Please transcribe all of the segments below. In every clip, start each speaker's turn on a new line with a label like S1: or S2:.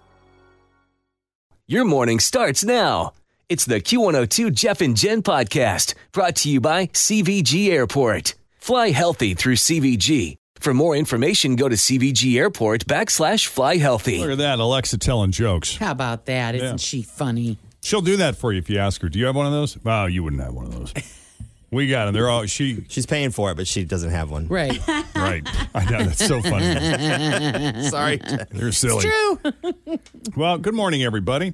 S1: Your morning starts now. It's the Q102 Jeff and Jen podcast brought to you by CVG Airport. Fly healthy through CVG. For more information, go to CVG Airport backslash fly healthy.
S2: Look at that, Alexa telling jokes.
S3: How about that? Isn't
S2: Yeah.
S3: she funny?
S2: She'll do that for you if you ask her. Do you have one of those? Wow, you wouldn't have one of those. We got them. They're all she.
S4: She's paying for it, but she doesn't have one.
S3: Right.
S2: Right. I know that's so funny.
S4: Sorry.
S2: They're silly.
S3: True.
S2: Well, good morning, everybody.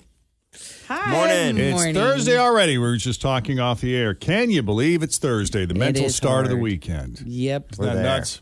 S4: Morning.
S2: It's
S3: Morning.
S2: Thursday already. We were just talking off the air. Can you believe it's Thursday? The mental
S3: is
S2: start of the
S3: hard.
S2: weekend.
S3: Yep.
S2: Isn't that
S4: there.
S2: nuts?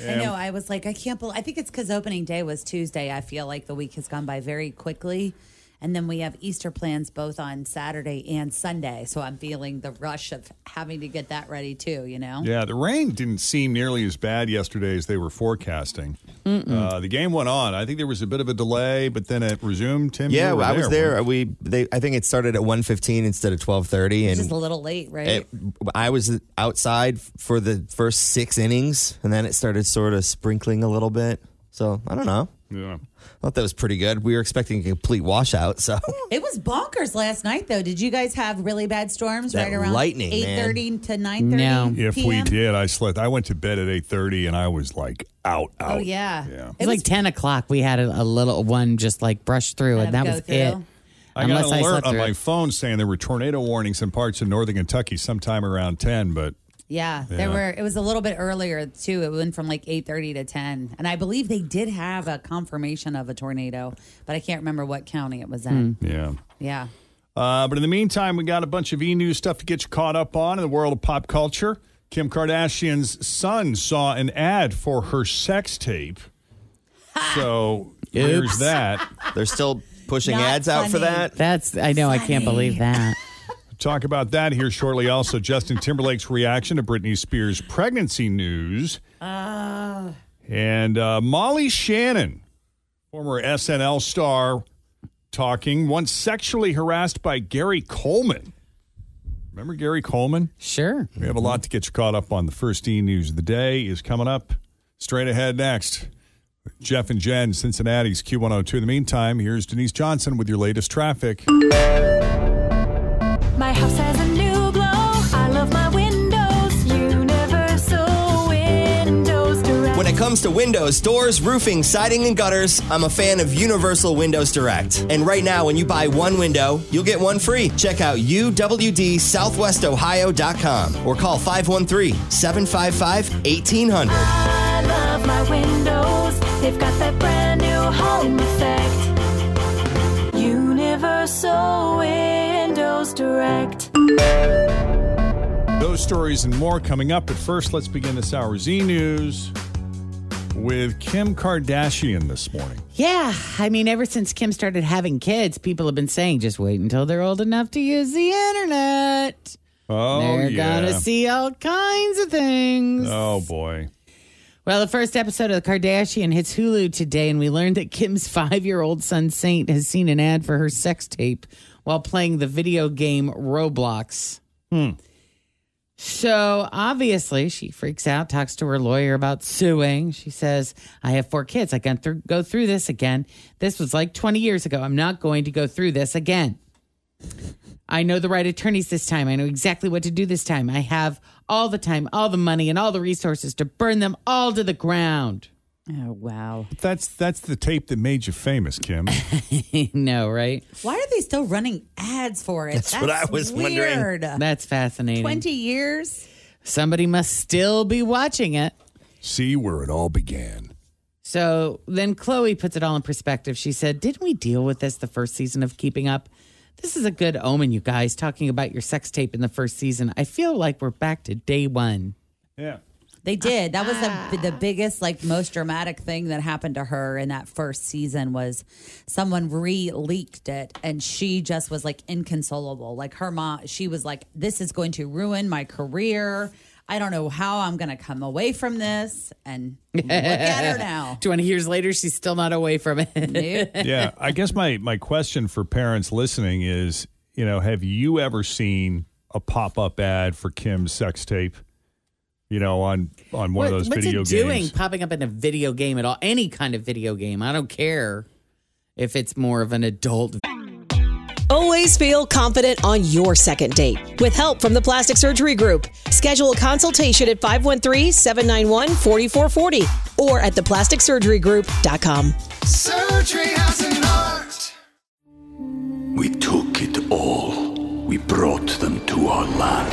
S5: I know. I was like, I can't believe. I think it's because opening day was Tuesday. I feel like the week has gone by very quickly, and then we have Easter plans both on Saturday and Sunday. So I'm feeling the rush of having to get that ready too. You know.
S2: Yeah, the rain didn't seem nearly as bad yesterday as they were forecasting. Uh, the game went on. I think there was a bit of a delay, but then it resumed. Tim, you
S4: Yeah,
S2: were
S4: I was there. Uh,
S2: weren't
S4: We they I think it started at 1.15 instead of 12:30
S5: It's just a
S4: and
S5: little late, right?
S4: it, I was outside for the first 6 innings and then it started sort of sprinkling a little bit. So, I don't know.
S2: you? Yeah.
S4: I thought that was pretty good. We were expecting a complete washout, so
S5: It was bonkers last night, though. Did you guys have really bad storms
S4: That
S5: right around
S4: lightning,
S5: eight
S4: man.
S5: thirty to nine thirty?
S3: No.
S2: If we did, I slept. I went to bed at eight thirty, and I was like out, out.
S5: Oh yeah.
S2: Yeah.
S3: It was like 10 o'clock. We had a, a little one just like brush through,
S5: Kind
S3: and
S5: of
S3: that
S5: go
S3: was
S5: through.
S3: it.
S2: I
S3: Unless
S2: got an
S3: I
S2: alert
S3: slept
S2: on
S3: through
S2: my
S3: it.
S2: phone saying there were tornado warnings in parts of northern Kentucky sometime around ten. But
S5: Yeah, there were. It was a little bit earlier too. It went from like eight thirty to ten, and I believe they did have a confirmation of a tornado, but I can't remember what county it was
S3: Hmm.
S5: in.
S2: yeah.
S5: Yeah,
S2: Uh, but in the meantime, we got a bunch of e news stuff to get you caught up on in the world of pop culture. Kim Kardashian's son saw an ad for her sex tape. So there's that.
S4: they're still pushing
S5: Not
S4: ads out for
S5: funny.
S4: that.
S3: That's, I know, I can't believe that.
S2: Talk about that here shortly. Also, Justin Timberlake's reaction to Britney Spears' pregnancy news. And uh, Molly Shannon, former SNL star, talking, once sexually harassed by Gary Coleman. Remember Gary Coleman?
S3: Sure.
S2: We have a lot to get you caught up on. The first e news of the day is coming up straight ahead next. Jeff and Jen, Cincinnati's Q102. In the meantime, here's Denise Johnson with your latest traffic.
S6: My house has a new glow. I love my windows. Universal Windows Direct.
S4: When it comes to windows, doors, roofing, siding, and gutters, I'm a fan of Universal Windows Direct. And right now, when you buy one window, you'll get one free. Check out uwdsouthwestohio.com or call 513 755 1800.
S6: I love my windows. They've got that brand new home effect. Universal Windows Direct.
S2: Those stories and more coming up. But first, let's begin this hour's e news with Kim Kardashian this morning.
S3: Yeah. I mean, ever since Kim started having kids, people have been saying just wait until they're old enough to use the internet.
S2: Oh,
S3: they're
S2: yeah.
S3: going to see all kinds of things.
S2: Oh, boy.
S3: Well, the first episode of The Kardashian hits Hulu today, and we learned that Kim's five year old son, Saint, has seen an ad for her sex tape while playing the video game Roblox. So obviously, she freaks out, talks to her lawyer about suing. She says, I have four kids. I can't thr- go through this again. This was like 20 years ago. I'm not going to go through this again. I know the right attorneys this time. I know exactly what to do this time. I have all the time, all the money, and all the resources to burn them all to the ground.
S7: Oh, wow.
S2: That's that's the tape that made you famous, Kim.
S3: no, right?
S5: Why are they still running ads for it?
S4: That's what I was wondering.
S5: weird.
S3: That's fascinating.
S5: 20 years?
S3: Somebody must still be watching it.
S2: See where it all began.
S3: So then Chloe puts it all in perspective. She said, Didn't we deal with this the first season of Keeping Up? This is a good omen, you guys, talking about your sex tape in the first season. I feel like we're back to day one.
S2: Yeah.
S3: Ah,
S5: They did. That was the, the biggest, like, most dramatic thing that happened to her in that first season was someone re-leaked it, and she just was like inconsolable. Like her mom, she was like, "This is going to ruin my career. I don't know how I'm going to come away from this." And look at her now.
S3: 20 years later, she's still not away from it.
S5: Nope.
S2: Yeah. I guess my my question for parents listening is, you know, have you ever seen a pop up ad for Kim's sex tape? You know, on on one of those
S3: what's
S2: video
S3: it
S2: games.
S3: doing popping up in a video game at all? Any kind of video game. I don't care if it's more of an adult
S8: Always feel confident on your second date. With help from the Plastic Surgery Group, schedule a consultation at 513-791-4440 or at theplasticsurgerygroup.com.
S9: Surgery has an art.
S10: We took it all. We brought them to our land.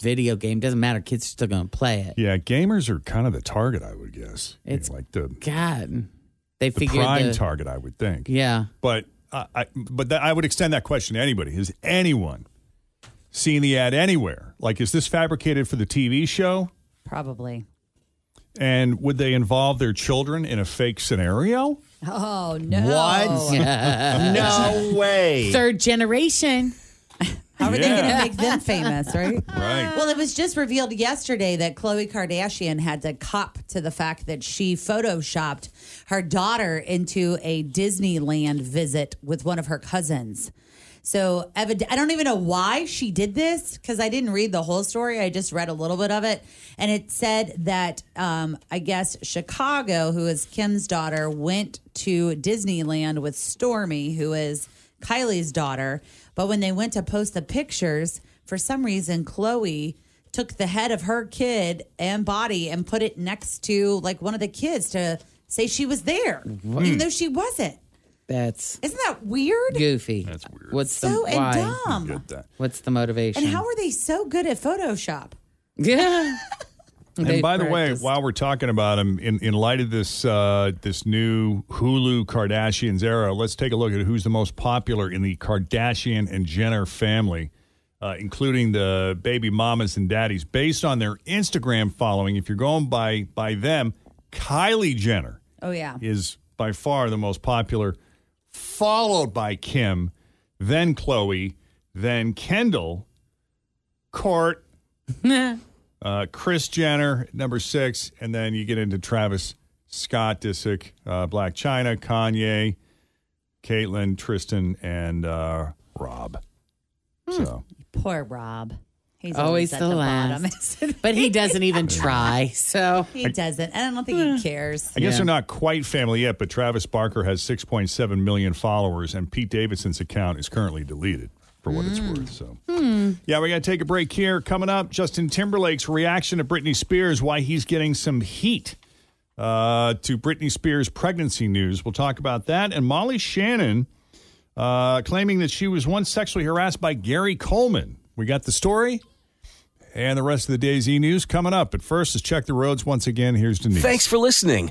S3: video game. Doesn't matter. Kids are still going to play it.
S2: Yeah, gamers are kind of the target, I would guess. You know,
S3: It's-
S2: like the,
S3: God. They
S2: the
S3: figured
S2: prime
S3: the-
S2: target, I would think.
S3: Yeah.
S2: But I, I but that, I would extend that question to anybody. Has anyone seen the ad anywhere? Like, is this fabricated for the TV show?
S5: Probably.
S2: And would they involve their children in a fake scenario?
S5: Oh no!
S4: no way.
S3: Third generation.
S5: How are they going
S2: Yeah.
S5: to make them famous, right?
S2: Right.
S5: Well, it was just revealed yesterday that Khloe Kardashian had to cop to the fact that she photoshopped her daughter into a Disneyland visit with one of her cousins. So, evid- I don't even know why she did this because I didn't read the whole story. I just read a little bit of it. And it said that, um, I guess, Chicago, who is Kim's daughter, went to Disneyland with Stormy, who is Kylie's daughter. But when they went to post the pictures, for some reason, Chloe took the head of her kid and body and put it next to like one of the kids to say she was there, even though she wasn't.
S3: That's
S5: Isn't that weird?
S3: goofy. That's weird. What's
S5: So
S3: the
S5: and
S3: why?
S5: dumb.
S2: Get that.
S3: What's the motivation?
S5: And how are they so good at Photoshop?
S3: yeah.
S2: And by the way, while we're talking about them, in, in light of this uh, this new Hulu Kardashians era, let's take a look at who's the most popular in the Kardashian and Jenner family, uh, including the baby mamas and daddies, based on their Instagram following. If you're going by by them, Kylie Jenner
S5: Oh yeah.
S2: is by far the most popular, followed by Kim, then Chloe, then Kendall, Court, uh, Chris Jenner, number six, and then you get into Travis Scott, Disick, uh, Black China, Kanye, Caitlyn, Tristan, and uh, Rob. So
S5: Poor Rob. He's always,
S3: Always
S5: at
S3: the
S5: the,
S3: last.
S5: bottom.
S3: but he doesn't even try. So
S5: he doesn't. And I don't think he cares.
S2: I guess
S3: Yeah.
S2: they're not quite family yet, but Travis Barker has 6.7 million followers, and Pete Davidson's account is currently deleted for what it's worth. So, yeah, we got to take a break here. Coming up, Justin Timberlake's reaction to Britney Spears, why he's getting some heat uh, to Britney Spears' pregnancy news. We'll talk about that. And Molly Shannon uh, claiming that she was once sexually harassed by Gary Coleman. We got the story. And the rest of the day's e news coming up. But first, let's check the roads once again. Here's Denise.
S1: Thanks for listening